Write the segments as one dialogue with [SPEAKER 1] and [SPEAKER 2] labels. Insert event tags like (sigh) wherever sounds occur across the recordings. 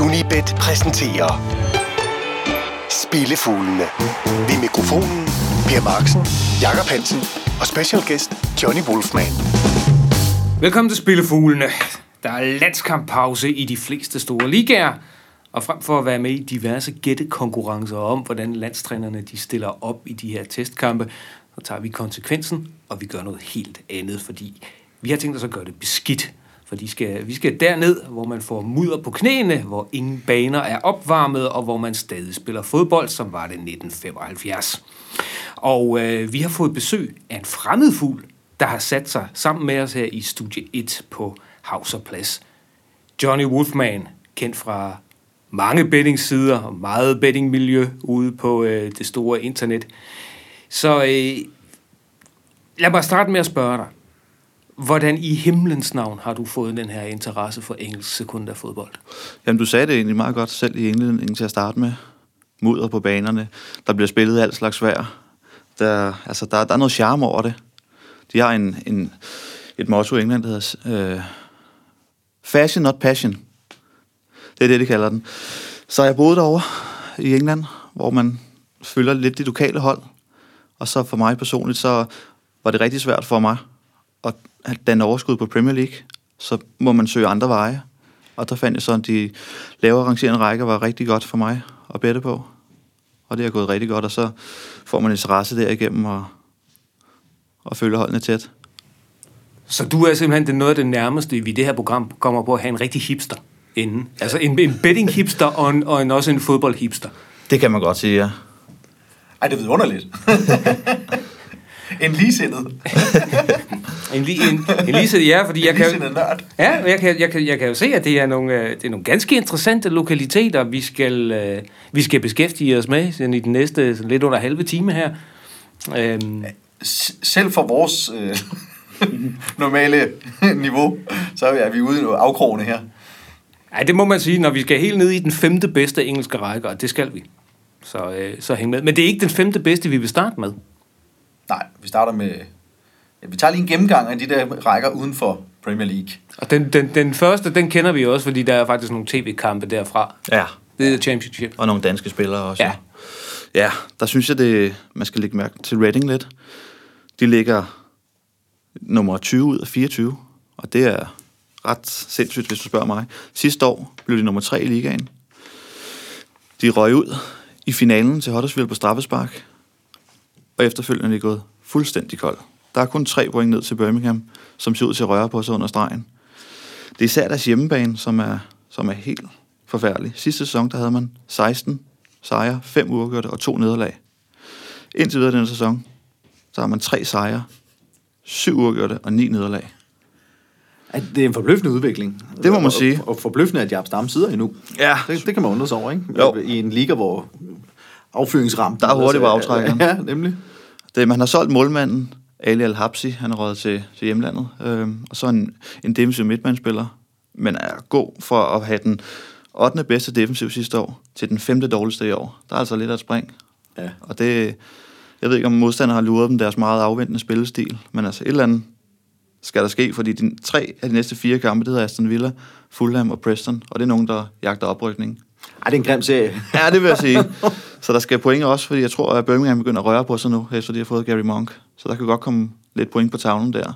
[SPEAKER 1] Unibet præsenterer Spillefuglene. Ved mikrofonen Per Marksen, Jakob Hansen og specialgæst Johnny Wolfman.
[SPEAKER 2] Velkommen til Spillefuglene. Der er landskamppause i de fleste store ligaer, og frem for at være med i diverse gættekonkurrencer om, hvordan landstrænerne de stiller op i de her testkampe, så tager vi konsekvensen, og vi gør noget helt andet, fordi vi har tænkt os at gøre det beskidt. For de skal, vi skal derned, hvor man får mudder på knæene, hvor ingen baner er opvarmet, og hvor man stadig spiller fodbold, som var det 1975. Og øh, vi har fået besøg af en fremmed fugl, der har sat sig sammen med os her i Studie 1 på Havserplads. Johnny Wolfman, kendt fra mange bettingsider og meget bettingmiljø ude på øh, det store internet. Så øh, lad mig starte med at spørge dig. Hvordan i himlens navn har du fået den her interesse for engelsk sekundærfodbold?
[SPEAKER 3] Jamen, du sagde det egentlig meget godt selv i indledningen til at starte med. Mudder på banerne. Der bliver spillet alt slags vejr. Der, altså, der, der er noget charme over det. De har en, en, et motto i England, der hedder... Øh, fashion, not passion. Det er det, de kalder den. Så jeg boede derovre i England, hvor man følger lidt det lokale hold. Og så for mig personligt, så var det rigtig svært for mig at danne overskud på Premier League. Så må man søge andre veje. Og der fandt jeg sådan, at de lavere rangerende rækker var rigtig godt for mig at bette på. Og det er gået rigtig godt, og så får man interesse derigennem og, og følger holdene tæt.
[SPEAKER 2] Så du er simpelthen det noget af det nærmeste, vi i det her program kommer på at have en rigtig hipster inden. Altså en, en betting-hipster og, en, og en, også en fodbold-hipster.
[SPEAKER 3] Det kan man godt sige, ja.
[SPEAKER 4] Ej, det er
[SPEAKER 2] (laughs)
[SPEAKER 4] vidunderligt. en ligesindet.
[SPEAKER 2] En, li- en, en ligesæt, ja, fordi jeg
[SPEAKER 4] En
[SPEAKER 2] kan...
[SPEAKER 4] ligesindet nørd.
[SPEAKER 2] Ja, men jeg kan, jeg, kan, jeg kan jo se, at det er nogle, øh, det er nogle ganske interessante lokaliteter, vi skal, øh, vi skal beskæftige os med sådan i den næste sådan lidt under halve time her. Øhm,
[SPEAKER 4] S- selv for vores øh, (laughs) normale niveau, så er vi ude i noget afkrogene her.
[SPEAKER 2] ej, det må man sige, når vi skal helt ned i den femte bedste engelske række, og det skal vi. Så, øh, så hæng med. Men det er ikke den femte bedste, vi vil starte med.
[SPEAKER 4] Nej, vi starter med... Ja, vi tager lige en gennemgang af de der rækker uden for Premier League.
[SPEAKER 2] Og den, den, den første, den kender vi også, fordi der er faktisk nogle tv-kampe derfra.
[SPEAKER 3] Ja,
[SPEAKER 2] Det er Championship.
[SPEAKER 3] og nogle danske spillere også.
[SPEAKER 2] Ja.
[SPEAKER 3] ja der synes jeg, det, man skal lægge mærke til Reading lidt. De ligger nummer 20 ud af 24, og det er ret sindssygt, hvis du spørger mig. Sidste år blev de nummer 3 i ligaen. De røg ud i finalen til Huddersfield på straffespark, og efterfølgende er de gået fuldstændig kold. Der er kun tre point ned til Birmingham, som ser ud til at røre på sig under stregen. Det er især deres hjemmebane, som er, som er helt forfærdelig. Sidste sæson, der havde man 16 sejre, 5 uafgjorte og to nederlag. Indtil videre denne sæson, så har man 3 sejre, 7 uafgjorte og 9 nederlag.
[SPEAKER 5] At det er en forbløffende udvikling.
[SPEAKER 3] Det må man
[SPEAKER 5] og,
[SPEAKER 3] sige.
[SPEAKER 5] Og, og forbløffende, at Japs Damme sidder endnu.
[SPEAKER 3] Ja.
[SPEAKER 5] Det, det kan man undre sig over, ikke?
[SPEAKER 3] Jo.
[SPEAKER 5] I en liga, hvor affyringsrampen...
[SPEAKER 3] Der er hurtigt på
[SPEAKER 5] altså,
[SPEAKER 3] aftrækkeren.
[SPEAKER 5] Ja, nemlig.
[SPEAKER 3] Det, man har solgt målmanden Ali al Habsi, han er røget til, til hjemlandet, øhm, og så en, en defensiv midtmandspiller, men er god for at have den 8. bedste defensiv sidste år til den 5. dårligste i år. Der er altså lidt af et spring.
[SPEAKER 5] Ja.
[SPEAKER 3] Og det, jeg ved ikke, om modstanderne har luret dem deres meget afventende spillestil, men altså et eller andet skal der ske, fordi de tre af de næste fire kampe, det hedder Aston Villa, Fulham og Preston, og det er nogen, der jagter oprykning.
[SPEAKER 5] Ej, det er en grim serie.
[SPEAKER 3] Ja, det vil jeg
[SPEAKER 5] (laughs)
[SPEAKER 3] sige. Så der skal point også, fordi jeg tror, at Birmingham begynder at røre på sig nu, efter de har fået Gary Monk. Så der kan godt komme lidt point på tavlen der.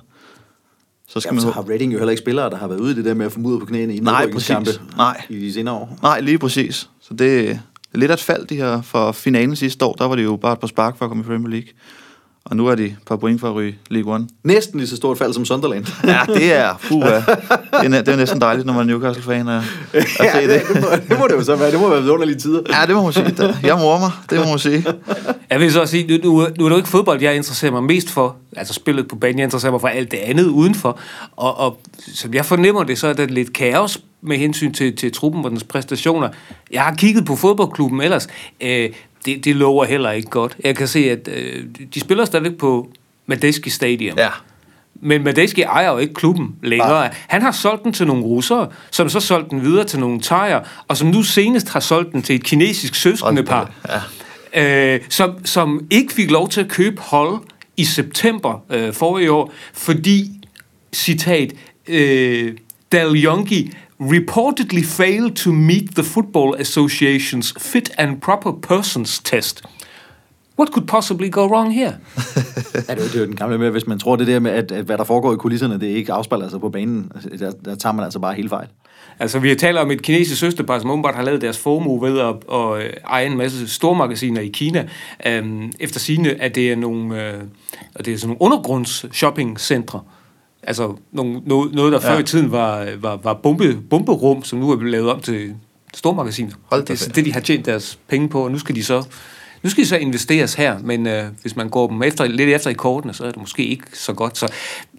[SPEAKER 3] Så skal
[SPEAKER 5] Jamen, så
[SPEAKER 3] man...
[SPEAKER 5] har Reading jo heller ikke spillere, der har været ude i det der med at få mudder på knæene i
[SPEAKER 3] Nej,
[SPEAKER 5] nedrykningskampe
[SPEAKER 3] præcis. Nej.
[SPEAKER 5] i de senere år.
[SPEAKER 3] Nej, lige præcis. Så det er lidt af et fald, de her. For finalen sidste år, der var det jo bare et par spark for at komme i Premier League. Og nu er de et par point for at ryge League One.
[SPEAKER 5] Næsten lige så stort fald som Sunderland. (laughs)
[SPEAKER 3] Ja, det er, puha. Det er, næ- det er næsten dejligt, når man er Newcastle-fan at, at se det.
[SPEAKER 5] det, må, det må det jo så være. Det må være vidunderlige tider.
[SPEAKER 3] Ja, det må man sige. Der- Jeg morer mig, det må man sige.
[SPEAKER 2] Jeg vil så også sige, nu, nu, nu er det jo ikke fodbold, jeg interesserer mig mest for. Altså spillet på banen, jeg interesserer mig for alt det andet udenfor. Og, og som jeg fornemmer det, så er der lidt kaos med hensyn til, til truppen og dens præstationer. Jeg har kigget på fodboldklubben ellers. Øh, det, det lover heller ikke godt. Jeg kan se, at øh, de spiller stadigvæk på Medeski Stadium.
[SPEAKER 3] Ja.
[SPEAKER 2] Men Medeski ejer jo ikke klubben længere. Nej. Han har solgt den til nogle russere, som så solgte den videre til nogle thaier, og som nu senest har solgt den til et kinesisk søskendepar, ja. øh, som, som ikke fik lov til at købe hold i september øh, forrige år, fordi, citat, øh, Dal Yongi reportedly failed to meet the Football Association's fit and proper persons test. What could possibly go wrong here?
[SPEAKER 5] Ja, det er jo- det er jo den gamle med, hvis man tror det der med, at, at hvad der foregår i kulisserne, det ikke afspejler sig på banen. Altså, Der, der tager man altså bare hele fejl.
[SPEAKER 2] Altså, vi taler om et kinesisk søsterpar, som åbenbart har lavet deres formue ved at, at, at eje en masse stormagasiner i Kina. Øhm, efter sigende, at det er nogle, øh, at det er sådan nogle undergrunds shoppingcentre. Altså, nogle, noget, noget, der før i tiden var, var, var bombe, bomberum, som nu er blevet lavet om til stormagasiner.
[SPEAKER 3] Hold da
[SPEAKER 2] det er så
[SPEAKER 3] fedt.
[SPEAKER 2] det, de har tjent deres penge på, og nu skal de så... Nu skal de så investeres her, men øh, hvis man går dem efter, lidt efter i kortene, så er det måske ikke så godt. Så,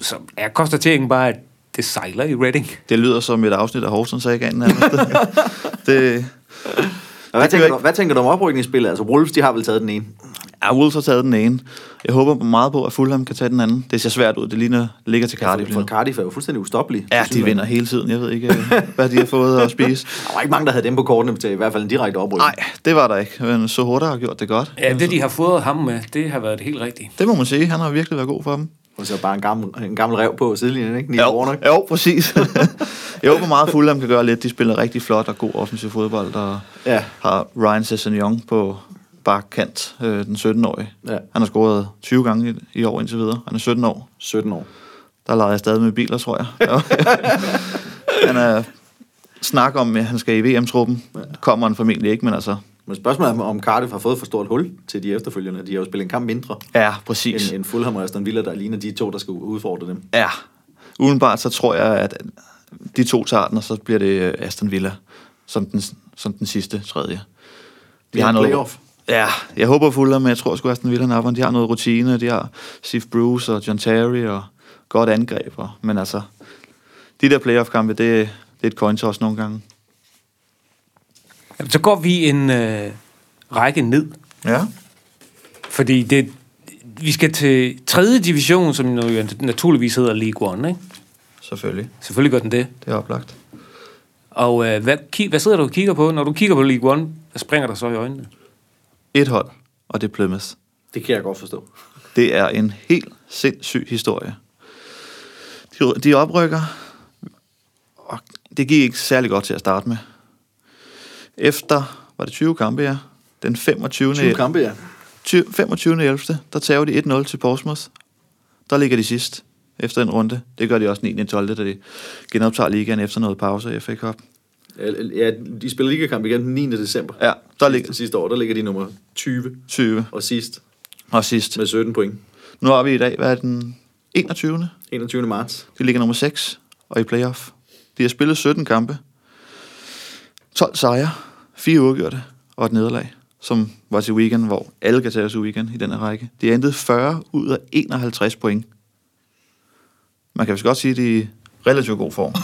[SPEAKER 2] så er konstateringen bare, at det sejler i Reading.
[SPEAKER 3] Det lyder som et afsnit af Horsens Sagaen nærmest. det,
[SPEAKER 5] Og hvad,
[SPEAKER 3] Det gør
[SPEAKER 5] tænker du,
[SPEAKER 3] ikke-
[SPEAKER 5] hvad tænker du om oprykningsspillet? Altså, Wolves, de har vel taget den ene.
[SPEAKER 3] ja, Wolves har taget den ene. Jeg håber meget på, at Fulham kan tage den anden. Det ser svært ud. Det ligner, ligger til Cardiff lige
[SPEAKER 5] For
[SPEAKER 3] nu.
[SPEAKER 5] Altså, Cardiff er jo fuldstændig ustoppelig.
[SPEAKER 3] Ja, de vinder hele tiden. Jeg ved ikke, øh, hvad de har fået at spise.
[SPEAKER 5] Der var ikke mange, der havde dem på kortene til i hvert fald en direkte oprykning.
[SPEAKER 3] Nej, det var der ikke. Men Sohoda har gjort det godt.
[SPEAKER 2] Ja, det de har fået ham med, det har været det helt rigtige.
[SPEAKER 3] Det må man sige. Han har virkelig været god for dem.
[SPEAKER 5] Og så bare en gammel, en gammel rev på sidelinjen, ikke? Nick
[SPEAKER 3] Jo,
[SPEAKER 5] Warnock.
[SPEAKER 3] jo, præcis. (laughs) jeg håber meget, at Fulham kan gøre lidt. De spiller rigtig flot og god offensiv fodbold, og
[SPEAKER 5] Ja.
[SPEAKER 3] ja. har Ryan Sessegnon på bakkant, øh, den 17-årige.
[SPEAKER 5] Ja.
[SPEAKER 3] Han har scoret 20 gange i, i år indtil videre. Han er 17 år.
[SPEAKER 5] 17 år.
[SPEAKER 3] Der leger jeg stadig med biler, tror jeg. han er snak om, at han skal i VM-truppen. Kommer han formentlig ikke, men altså...
[SPEAKER 5] Men spørgsmålet er, om Cardiff har fået for stort hul til de efterfølgende. De har jo spillet en kamp mindre
[SPEAKER 3] Ja, præcis.
[SPEAKER 5] end, end Fulham og Aston Villa, der ligner de to, der skal udfordre dem.
[SPEAKER 3] Ja, udenbart så tror jeg, at de to tager den, og så bliver det øh, Aston Villa som den, som den sidste tredje.
[SPEAKER 5] Det er playoff.
[SPEAKER 3] Ja, jeg håber Fulham, men jeg tror sgu Aston Villa napper. De har noget rutine, de har Steve Bruce og John Terry og godt angreb. Og, men altså, de der playoff-kampe, det, det er et coin toss nogle gange.
[SPEAKER 2] Jamen, så går vi en øh, række ned,
[SPEAKER 3] Ja.
[SPEAKER 2] fordi det, vi skal til 3. division, som jo naturligvis hedder League One, ikke?
[SPEAKER 3] Selvfølgelig.
[SPEAKER 2] Selvfølgelig gør den det.
[SPEAKER 3] Det er oplagt.
[SPEAKER 2] Og øh, hvad, ki- hvad sidder du og kigger på? Når du kigger på League One, hvad springer der så i øjnene?
[SPEAKER 3] Et hold, og det er Plymouth.
[SPEAKER 5] Det kan jeg godt forstå.
[SPEAKER 3] Det er en helt sindssyg historie. De, de oprykker, og det gik ikke særlig godt til at starte med. Efter, var det 20 kampe, ja? Den 25.
[SPEAKER 5] 20 kampe, ja.
[SPEAKER 3] 20, 25. 11. der tager de 1-0 til Portsmouth. Der ligger de sidst efter en runde. Det gør de også 9. 12. da de genoptager ligaen efter noget pause i FA Cup.
[SPEAKER 5] Ja, Ja, de spiller ligakamp igen den 9. december.
[SPEAKER 3] Ja, der
[SPEAKER 5] ligger...
[SPEAKER 3] ligger
[SPEAKER 5] sidste år, der ligger de nummer 20
[SPEAKER 3] 20
[SPEAKER 5] og sidst
[SPEAKER 3] og sidst.
[SPEAKER 5] med 17 point.
[SPEAKER 3] Nu har vi i dag, hvad er den 21.
[SPEAKER 5] 21. marts.
[SPEAKER 3] De ligger nummer 6 og i playoff. De har spillet 17 kampe. 12 sejre, 4 uafgjorte og et nederlag, som var til weekend, hvor alle kan tage os weekend i den her række. De har hentet 40 ud af 51 point. Man kan vist godt sige, at de er i relativt god form.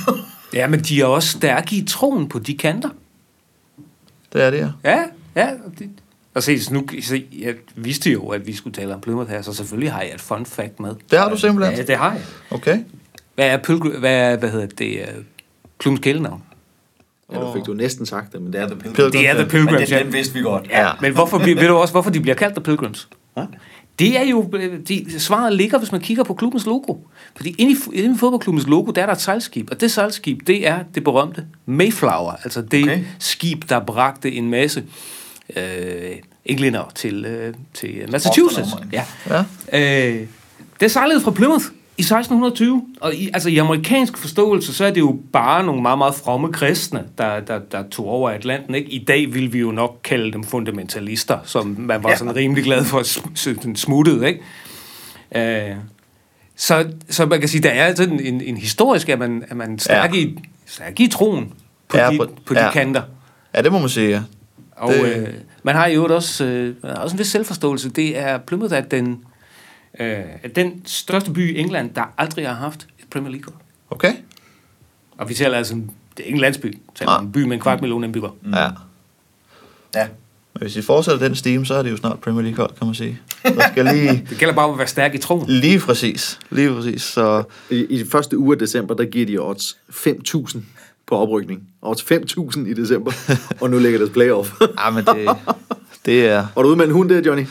[SPEAKER 2] Ja, men de er også stærke i troen på de kanter.
[SPEAKER 3] Det er det, ja.
[SPEAKER 2] Ja, ja. Det. Og se, nu, se, jeg vidste jo, at vi skulle tale om Plymouth her, så selvfølgelig har jeg et fun fact med.
[SPEAKER 3] Det har du simpelthen.
[SPEAKER 2] Ja, det har jeg.
[SPEAKER 3] Okay.
[SPEAKER 2] Hvad er, Pilgr- hvad, er- hvad hedder det, uh, Klums kælenavn?
[SPEAKER 5] Ja, nu fik du næsten sagt det, men det er det.
[SPEAKER 2] Det er The Pilgrims.
[SPEAKER 4] Men det,
[SPEAKER 2] ja.
[SPEAKER 4] den vidste vi godt.
[SPEAKER 2] Ja, men hvorfor, bliver- ved du også, hvorfor de bliver kaldt The Pilgrims? Det er jo, øh, de, svaret ligger, hvis man kigger på klubbens logo. Fordi inde i, fu- inde i fodboldklubbens logo, der er der et sejlskib, og det sejlskib, det er det berømte Mayflower, altså det
[SPEAKER 4] Okay.
[SPEAKER 2] okay. skib, der bragte en masse øh, englænder til, øh, til øh, Massachusetts.
[SPEAKER 4] Boston,
[SPEAKER 2] Ja. ja. Øh, det sejlede fra Plymouth i 1620, og i, altså i amerikansk forståelse, så er det jo bare nogle meget, meget fromme kristne, der, der, der tog over Atlanten. Ikke? I dag ville vi jo nok kalde dem fundamentalister, som man var ja. sådan rimelig glad for, at sm- sådan smuttede. Ikke? Øh, så, så man kan sige, der er sådan en, en historisk, at man, at man stærk, ja.
[SPEAKER 3] Ja.
[SPEAKER 2] i, stærk i troen på
[SPEAKER 3] Ja,
[SPEAKER 2] ja, de, på,
[SPEAKER 3] på-
[SPEAKER 2] på de ja.
[SPEAKER 3] ja.
[SPEAKER 2] kanter.
[SPEAKER 3] Ja, det må man sige, ja.
[SPEAKER 2] Og det...
[SPEAKER 3] Det-
[SPEAKER 2] øh, man har i øvrigt også, øh, man har også en vis selvforståelse. Det er Plymouth, at den, øh, er den største by i England, der aldrig har haft et Premier League.
[SPEAKER 3] Okay.
[SPEAKER 2] Og vi taler altså, det er ikke en landsby, vi taler om en by med en kvart million indbyggere.
[SPEAKER 3] Ja.
[SPEAKER 4] Ja.
[SPEAKER 3] Men hvis de fortsætter den steam, så er det jo snart Premier League-hold, kan man sige. Der skal lige...
[SPEAKER 2] Det gælder bare om at være stærk i troen.
[SPEAKER 3] Lige præcis. Lige præcis. Så
[SPEAKER 5] I, I de første uge af december, der giver de odds 5.000 på oprykning. Odds 5.000 i (laughs) december, og nu ligger deres playoff.
[SPEAKER 3] Ja, Ah, men det, det er...
[SPEAKER 5] Var du ude med en hund der, Johnny?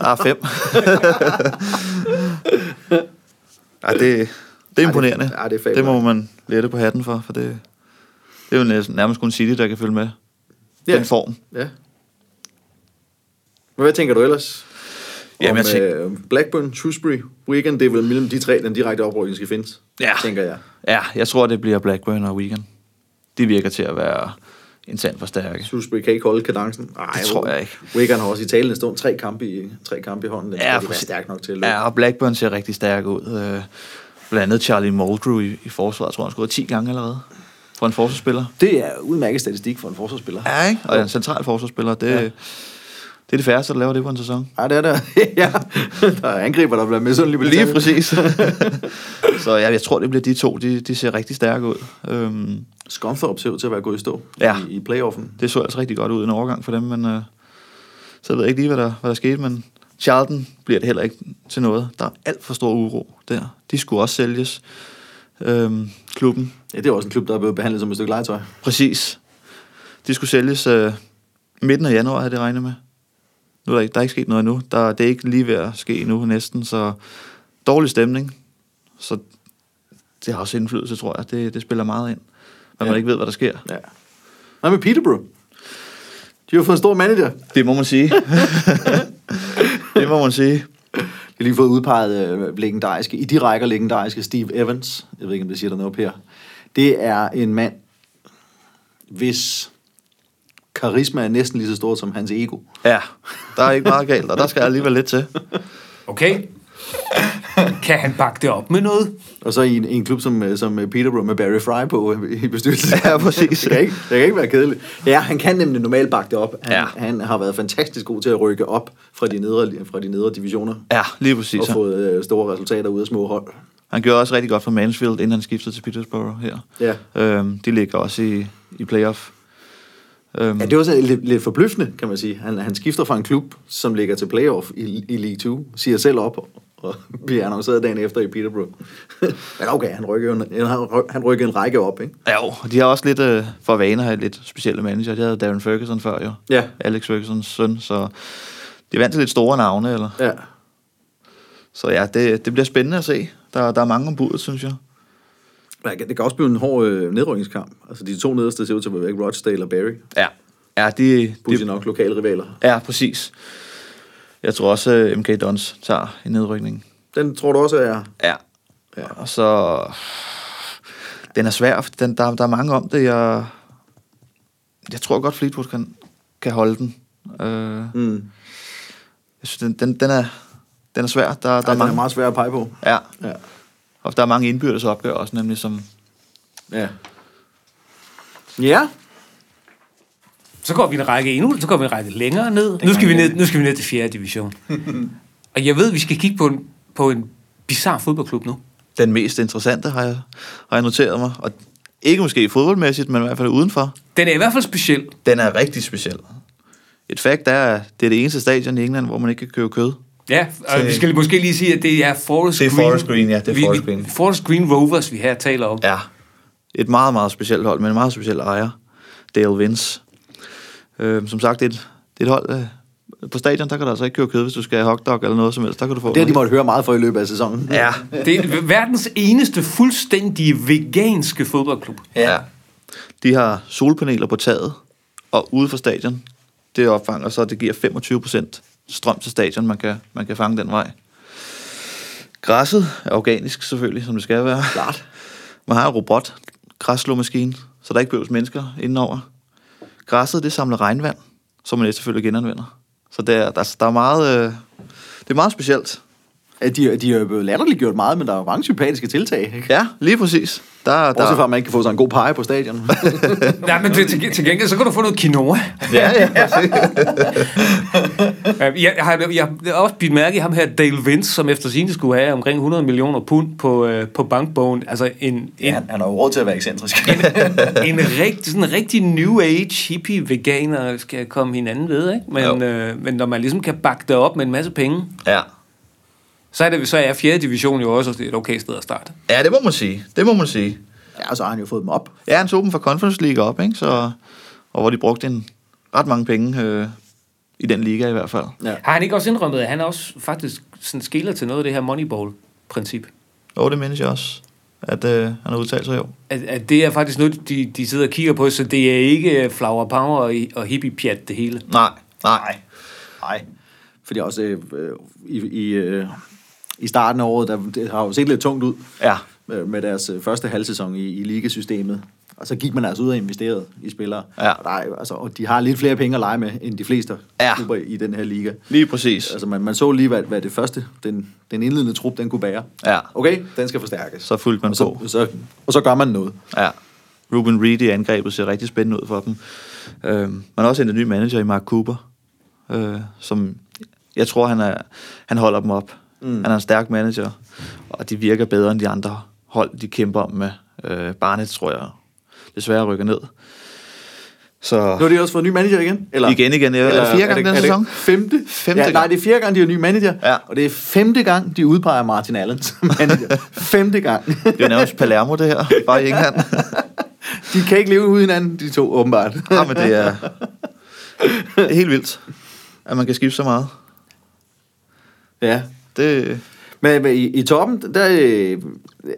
[SPEAKER 3] Ah, fem.
[SPEAKER 5] (laughs)
[SPEAKER 3] ja, det, det er imponerende.
[SPEAKER 5] ja, det er fabelagtigt.
[SPEAKER 3] det må man lette på hatten for, for det, Det er jo næsten, nærmest kun City, der kan følge med. Ja. Den form.
[SPEAKER 5] Ja. Men hvad tænker du ellers?
[SPEAKER 3] Jamen,
[SPEAKER 5] Jamen, om,
[SPEAKER 3] jeg
[SPEAKER 5] jeg
[SPEAKER 3] tænk-
[SPEAKER 5] øh, Blackburn, Shrewsbury, Wigan, det er vel mellem de tre, den direkte oprykning skal findes,
[SPEAKER 3] Ja.
[SPEAKER 5] tænker jeg.
[SPEAKER 3] Ja, jeg tror, det bliver Blackburn og Weekend. De virker til at være en sand for stærke.
[SPEAKER 5] Shrewsbury kan ikke holde kadencen. Ej,
[SPEAKER 3] Det tror jeg ikke.
[SPEAKER 5] Wigan har også i talende stund tre kampe i, tre kampe i hånden. Den ja, skal de være
[SPEAKER 3] præcis.
[SPEAKER 5] stærk nok til. at løbe.
[SPEAKER 3] Ja, og Blackburn ser rigtig stærk ud. Øh, Blandt andet Charlie Muldrew i, i forsvaret, tror jeg, han scorede 10 gange allerede. For en forsvarsspiller.
[SPEAKER 5] Det er udmærket statistik for en forsvarsspiller.
[SPEAKER 3] Ja, ikke? Og en central forsvarsspiller, det, ja. det er det færreste, der laver det på en sæson.
[SPEAKER 5] Ja, det (laughs) er der. ja. Der er angriber, der bliver misundelig på det.
[SPEAKER 3] Lige præcis. (laughs) så ja, jeg tror, det bliver de to. De, de ser rigtig stærke ud. Øhm,
[SPEAKER 5] Scunthorpe ser ud til at være gået i stå
[SPEAKER 3] Ja.
[SPEAKER 5] i, i playoffen.
[SPEAKER 3] det så altså rigtig godt ud en overgang for dem, men øh, så ved jeg ikke lige, hvad der, hvad der skete, men Charlton bliver det heller ikke til noget. Der er alt for stor uro der. De skulle også sælges. Øhm, klubben,
[SPEAKER 5] Ja, det er også en klub, der er blevet behandlet som et stykke legetøj.
[SPEAKER 3] Præcis. De skulle sælges øh, midten af januar, havde det regnet med. Nu er der, ikke, der er ikke sket noget endnu. Der, det er ikke lige ved at ske endnu næsten, så dårlig stemning. Så det har også indflydelse, tror jeg. Det, det spiller meget ind. Men ja. man
[SPEAKER 5] Ja.
[SPEAKER 3] ikke ved, hvad der sker.
[SPEAKER 5] Ja. Hvad med Peterborough? De har fået en stor manager.
[SPEAKER 3] Det må man
[SPEAKER 5] (laughs)
[SPEAKER 3] sige. det må man sige.
[SPEAKER 5] De har lige fået udpeget øh, legendariske, i de rækker legendariske Steve Evans. Jeg ved ikke, om det siger dig noget, Per. Det er en mand, hvis karisma er næsten lige så stort som hans ego.
[SPEAKER 3] Ja, der er ikke meget galt, og der skal alligevel lidt til.
[SPEAKER 2] Okay. Kan han bakke det op med noget?
[SPEAKER 5] Og så i en, i en klub som, øh, som øh, Peterborough med Barry Fry på øh, i bestyrelsen.
[SPEAKER 3] Ja, præcis.
[SPEAKER 5] det, kan ikke, det kan ikke være kedeligt. Ja, han kan nemlig normalt bakke det op. Han,
[SPEAKER 3] Ja.
[SPEAKER 5] ja. han har været fantastisk god til at rykke op fra de nedre, fra de nedre divisioner.
[SPEAKER 3] Ja, lige præcis.
[SPEAKER 5] Og fået øh, store resultater ud af små hold.
[SPEAKER 3] Han gjorde også rigtig godt for Mansfield, inden han skiftede til Petersburg her.
[SPEAKER 5] Ja.
[SPEAKER 3] Øhm, de ligger også i, i playoff. Øhm,
[SPEAKER 5] Ja, det var så lidt, lidt forbløffende, kan man sige. Han, han skifter fra en klub, som ligger til playoff i, i League 2, siger selv op og (laughs) bliver annonceret dagen efter i Peterborough. (laughs) Men okay, han rykker, jo en, han rykker- han rykker en række op, ikke?
[SPEAKER 3] Ja, jo, og de har også lidt øh, for vane at have lidt specielle manager. De havde Darren Ferguson før jo.
[SPEAKER 5] Ja.
[SPEAKER 3] Alex Fergusons søn, så de er vant til lidt store navne. Eller.
[SPEAKER 5] Ja.
[SPEAKER 3] Så ja, det, det bliver spændende at se. Der, der er mange om budet, synes jeg.
[SPEAKER 5] Ja, Det kan også blive en hård øh, nedrykningskamp. Altså, de to nederste ser ud til at være væk, Rochdale og Barry.
[SPEAKER 3] Ja. Ja, de,
[SPEAKER 5] Pudsigt
[SPEAKER 3] de,
[SPEAKER 5] nok lokale rivaler.
[SPEAKER 3] ja præcis. Jeg tror også, øh, MK Dons tager en nedrykning.
[SPEAKER 5] Den tror du også er...
[SPEAKER 3] Ja. ja. Og så... Den er svær, for den, der, der er mange om det. Jeg, jeg tror godt, Fleetwood kan, kan holde den. Øh, jeg
[SPEAKER 5] Mm.
[SPEAKER 3] synes, den, den, den, er, den er svær. Der, der
[SPEAKER 5] Der
[SPEAKER 3] er
[SPEAKER 5] er,
[SPEAKER 3] mange,
[SPEAKER 5] er meget svært at pege på.
[SPEAKER 3] Ja,
[SPEAKER 5] Ja.
[SPEAKER 3] og der er mange indbyrdes opgør også, nemlig som...
[SPEAKER 5] Ja. Ja.
[SPEAKER 2] Så går vi en række endnu, så går vi en række længere ned. Nu skal vi ned, nu skal vi ned til 4. division. Og jeg ved, vi skal kigge på en, på en bizarre fodboldklub nu.
[SPEAKER 3] Den mest interessante, har jeg, har jeg noteret mig. Og ikke måske fodboldmæssigt, men i hvert fald udenfor.
[SPEAKER 2] Den er i hvert fald speciel.
[SPEAKER 3] Den er rigtig speciel. Et fakt er, at det er det eneste stadion i England, hvor man ikke kan købe kød.
[SPEAKER 2] Ja, og
[SPEAKER 3] Så-
[SPEAKER 2] vi skal måske lige sige, at det er Forest
[SPEAKER 3] Det er
[SPEAKER 2] Green.
[SPEAKER 3] Forest Green, ja, det er
[SPEAKER 2] vi,
[SPEAKER 3] Forest Green.
[SPEAKER 2] Vi, Forest Green Rovers, vi her taler om.
[SPEAKER 3] Ja. Et meget, meget specielt hold, med en meget speciel ejer. Dale Vince. Øhm, som sagt, det er et, det er et hold... Øh, på stadion, der kan du altså ikke købe kød, hvis du skal have hotdog eller noget som helst. Der kan du få...
[SPEAKER 5] Det har de måtte høre meget for i løbet af sæsonen.
[SPEAKER 3] Ja,
[SPEAKER 2] Det
[SPEAKER 3] (laughs)
[SPEAKER 2] er verdens eneste fuldstændige veganske
[SPEAKER 3] (laughs)
[SPEAKER 2] fodboldklub.
[SPEAKER 3] Ja. De har solpaneler på taget, og ude for stadion, det opfanger så, det giver 25 procent strøm til stadion, man kan, man kan fange den vej. Græsset er organisk selvfølgelig, som det skal være.
[SPEAKER 5] Klart.
[SPEAKER 3] Man har en robot, græsslåmaskine, så der ikke behøves mennesker indenover. Græsset, det samler regnvand, som man efterfølgende genanvender. Så der, der, der er meget, øh, det er meget specielt.
[SPEAKER 5] Ja, De, de er jo blevet latterligt gjort meget, men der er jo mange sympatiske tiltag. Ikke?
[SPEAKER 3] Ja, lige præcis. Der,
[SPEAKER 5] Bortset fra,
[SPEAKER 3] der,
[SPEAKER 5] at man ikke kan få sig en god pege på stadion.
[SPEAKER 2] Nej, men til, til, til gengæld, så kan du få noget quinoa.
[SPEAKER 3] ja,
[SPEAKER 2] (laughs)
[SPEAKER 3] ja.
[SPEAKER 2] Øh, Jeg har, jeg har også bidt mærke i ham her, Dale Vince, som efter sine skulle have omkring 100 millioner pund på, øh, på bankbogen. Altså en, en,
[SPEAKER 4] (laughs)
[SPEAKER 3] (laughs)
[SPEAKER 4] Ja,
[SPEAKER 2] ja.
[SPEAKER 4] han, han har jo råd til at være ekscentrisk.
[SPEAKER 2] en rigtig, sådan en rigtig new age hippie veganer skal komme hinanden ved, ikke? Men,
[SPEAKER 3] Jo.
[SPEAKER 2] øh, men når man ligesom kan bakke det op med en masse penge,
[SPEAKER 3] ja.
[SPEAKER 2] så er, det, så er 4. division jo også et okay sted at starte.
[SPEAKER 3] ja, det må man sige. Det må man sige.
[SPEAKER 5] ja, og så har han jo fået dem op.
[SPEAKER 3] Ja, han tog dem fra Conference League op, ikke? Så, og hvor de brugte en, ret mange penge øh, i den liga i hvert fald.
[SPEAKER 5] Ja.
[SPEAKER 2] Har han ikke også indrømmet, at han også faktisk sådan skiller til noget af det her Moneyball-princip?
[SPEAKER 3] Og det mindes jeg også. at øh, han har udtalt sig i år.
[SPEAKER 2] At, at det er faktisk noget, de, de sidder og kigger på, så det er ikke øh, flower power og, og hippie-pjat det hele.
[SPEAKER 3] Nej, nej.
[SPEAKER 4] Nej.
[SPEAKER 5] Fordi også øh, i, i, øh, i starten af året, der det har jo set lidt tungt ud
[SPEAKER 3] Ja.
[SPEAKER 5] øh, med deres øh, første halvsæson i, i ligasystemet. Og så gik man altså ud og investerede i spillere.
[SPEAKER 3] Ja.
[SPEAKER 5] Og, der er, jo- altså, og de har lidt flere penge at lege med, end de fleste
[SPEAKER 3] Ja.
[SPEAKER 5] klubber i den her liga.
[SPEAKER 3] Lige præcis.
[SPEAKER 5] Altså man, man så lige, hvad, hvad det første, den, den indledende trup, den kunne bære.
[SPEAKER 3] Ja.
[SPEAKER 5] Okay, den skal forstærkes.
[SPEAKER 3] Så fulgte man
[SPEAKER 5] og, så,
[SPEAKER 3] på.
[SPEAKER 5] så, og så gør man noget.
[SPEAKER 3] Ja. Ruben Reed i angrebet ser rigtig spændende ud for dem. Øh, man har også hentet en ny manager i Mark Cooper, øh, som jeg tror, han, er, han holder dem op. Mm. Han er en stærk manager, og de virker bedre end de andre hold, de kæmper om med. Øh, Barnet, tror jeg, desværre rykker ned. Så
[SPEAKER 5] Nu har de også fået en ny manager igen? Eller,
[SPEAKER 3] Igen, igen. Er det fjerde gang den
[SPEAKER 5] er det
[SPEAKER 3] sæson?
[SPEAKER 5] Femte?
[SPEAKER 3] Femte
[SPEAKER 5] ja, nej,
[SPEAKER 3] gang.
[SPEAKER 5] det er fjerde gang, de har en ny manager.
[SPEAKER 3] Ja.
[SPEAKER 5] Og det er femte gang, de udpeger Martin Allen som (laughs) manager. femte gang.
[SPEAKER 3] det er nærmest Palermo, det her. Bare i England.
[SPEAKER 5] De kan ikke leve uden hinanden, de to, (laughs) åbenbart.
[SPEAKER 3] Ja, men det er, det er helt vildt, at man kan skifte så meget.
[SPEAKER 5] ja.
[SPEAKER 3] Det,
[SPEAKER 5] Men, men i, i toppen, der øh,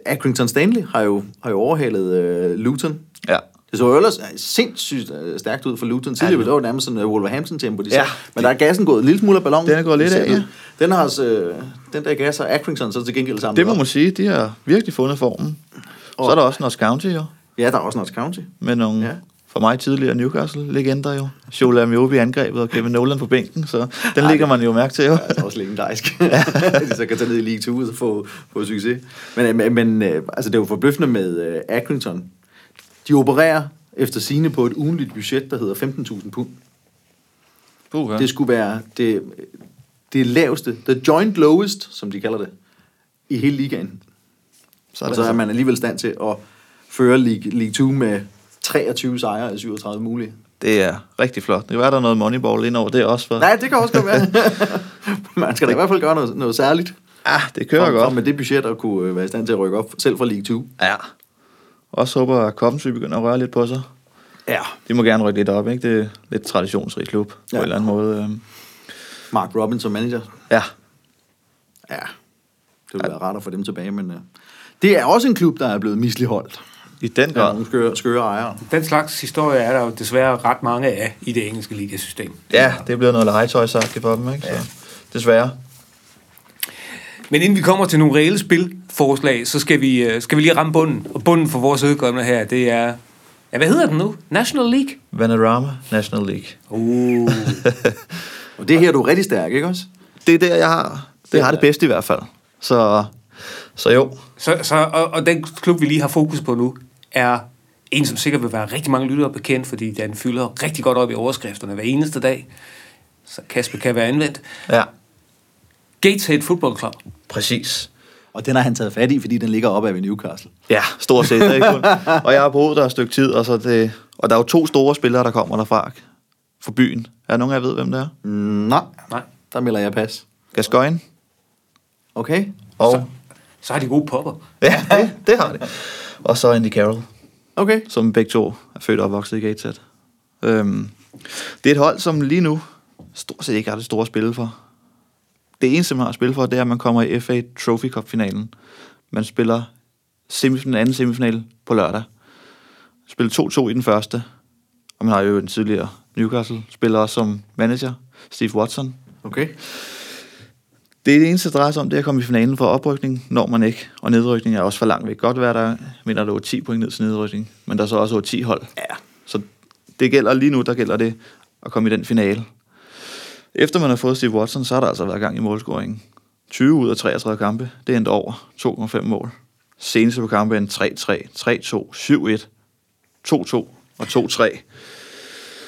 [SPEAKER 5] Accrington Stanley har jo, har jo overhalet øh, Luton.
[SPEAKER 3] ja.
[SPEAKER 5] Det så jo ellers øh, sindssygt øh, stærkt ud for Luton tidligere, men det var jo nærmest sådan øh, Wolverhampton-tempo, de
[SPEAKER 3] Ja.
[SPEAKER 5] ja. Men der er gassen gået en lille smule af ballonen.
[SPEAKER 3] Den er gået lidt
[SPEAKER 5] Det ser
[SPEAKER 3] af,
[SPEAKER 5] ud.
[SPEAKER 3] ja.
[SPEAKER 5] Den, har, også, øh, den der gas har Accrington så til gengæld sammen
[SPEAKER 3] det må man sige, de har virkelig fundet formen. Så er der også North County jo,
[SPEAKER 5] Ja, der er også Notts County.
[SPEAKER 3] med nogle
[SPEAKER 5] Ja.
[SPEAKER 3] ja. for mig tidligere Newcastle-legender jo. Shola Amiobi angrebet og Kevin Nolan på bænken, så den ligger man jo mærke til jo.
[SPEAKER 5] Altså også
[SPEAKER 3] (laughs)
[SPEAKER 5] legendarisk. (laughs) At de så kan tage ned i League 2 og så få, få succes. Men, øh, men, men øh, altså, det er jo forbløffende med uh, Accrington. De opererer efter sine på et ugenligt budget, der hedder 15.000 pund.
[SPEAKER 3] Puh, ja.
[SPEAKER 5] Det skulle være det, det laveste, the joint lowest, som de kalder det, i hele ligaen.
[SPEAKER 3] Så
[SPEAKER 5] Så
[SPEAKER 3] er det
[SPEAKER 5] er, og så er
[SPEAKER 3] altså-
[SPEAKER 5] man alligevel i stand til at føre League, League 2 med 23 sejre af 37 mulige.
[SPEAKER 3] det er rigtig flot. Det kan være, der er noget Moneyball ind over det også. For...
[SPEAKER 5] Nej, det kan også godt (laughs) være. man skal da i hvert fald gøre noget, noget særligt.
[SPEAKER 3] Ah, det kører
[SPEAKER 5] for,
[SPEAKER 3] godt.
[SPEAKER 5] For med det budget at kunne øh, være i stand til at rykke op, selv fra League 2.
[SPEAKER 3] Ja. Også håber, at Coventry begynder at røre lidt på sig.
[SPEAKER 5] Ja.
[SPEAKER 3] De må gerne rykke lidt op, ikke? Det er lidt traditionsrig klub på ja.
[SPEAKER 5] Ja.
[SPEAKER 3] en eller anden måde. øhm.
[SPEAKER 5] Mark Robbins som manager.
[SPEAKER 3] Ja,
[SPEAKER 5] Ja. Det ville være rart at få dem tilbage, men... Øh, det er også en klub, der er blevet misligeholdt.
[SPEAKER 3] i den
[SPEAKER 5] Ja.
[SPEAKER 3] grad.
[SPEAKER 5] Nogle skøre, skøre ejere.
[SPEAKER 2] Den slags historier er der jo desværre ret mange af i det engelske ligasystem.
[SPEAKER 3] Ja, det bliver noget legetøjsagtigt for dem, ikke? Så, desværre.
[SPEAKER 2] Men inden vi kommer til nogle reelle spilforslag, så skal vi, øh, skal vi lige ramme bunden. Og bunden for vores vedkommende her, det er... Ja, hvad hedder den nu? National League?
[SPEAKER 3] Vanarama National League.
[SPEAKER 2] Uh.
[SPEAKER 5] Og det her er du rigtig stærk, ikke også?
[SPEAKER 3] Det er der, jeg har det, jeg har det bedste i hvert fald. Så, så jo,
[SPEAKER 2] så, så, og, og den klub, vi lige har fokus på nu, er en, som sikkert vil være rigtig mange lyttere bekendt, fordi den fylder rigtig godt op i overskrifterne hver eneste dag. Så Kasper kan være anvendt.
[SPEAKER 3] ja,
[SPEAKER 2] Gateshead Football Club.
[SPEAKER 3] præcis.
[SPEAKER 5] Og den har han taget fat i, fordi den ligger op ad ved Newcastle.
[SPEAKER 3] Ja, stort set. Ikke kun. (laughs) Og jeg har boet der et stykke tid, og, så det, og der er jo to store spillere, der kommer derfra fra byen. Er der nogen af jer, der ved, hvem det er?
[SPEAKER 5] Mm, Nej,
[SPEAKER 2] Nej.
[SPEAKER 5] der melder jeg pas.
[SPEAKER 3] Gascoigne.
[SPEAKER 5] Okay?
[SPEAKER 3] Og,
[SPEAKER 2] Så, så har de gode popper.
[SPEAKER 3] ja, det, det har det. Og så Andy Carroll.
[SPEAKER 5] Okay.
[SPEAKER 3] som begge to er født og opvokset i Gateshead. Øhm, det er et hold, som lige nu stort set ikke har det store spil for. Det eneste, man har spil for, det er, at man kommer i FA Trophy Cup-finalen. Man spiller semif- den anden semifinal på lørdag. Spiller 2-2 i den første. Og man har jo en tidligere Newcastle-spiller også som manager, Steve Watson.
[SPEAKER 5] Okay.
[SPEAKER 3] Det er det eneste, det drejer sig om, det er at komme i finalen for oprykning, når man ikke. Og nedrykning er også for langt væk. Godt være, der mener, der er 10 point ned til nedrykning, men der er så også 10 hold. Ja. Så det gælder lige nu, der gælder det at komme i den finale. Efter man har fået Steve Watson, så har der altså været gang i målscoringen. 20 ud af 33 kampe, det endte over 2,5 mål. Seneste på kampe er en 3-3, 3-2, 7-1, 2-2 og 2-3.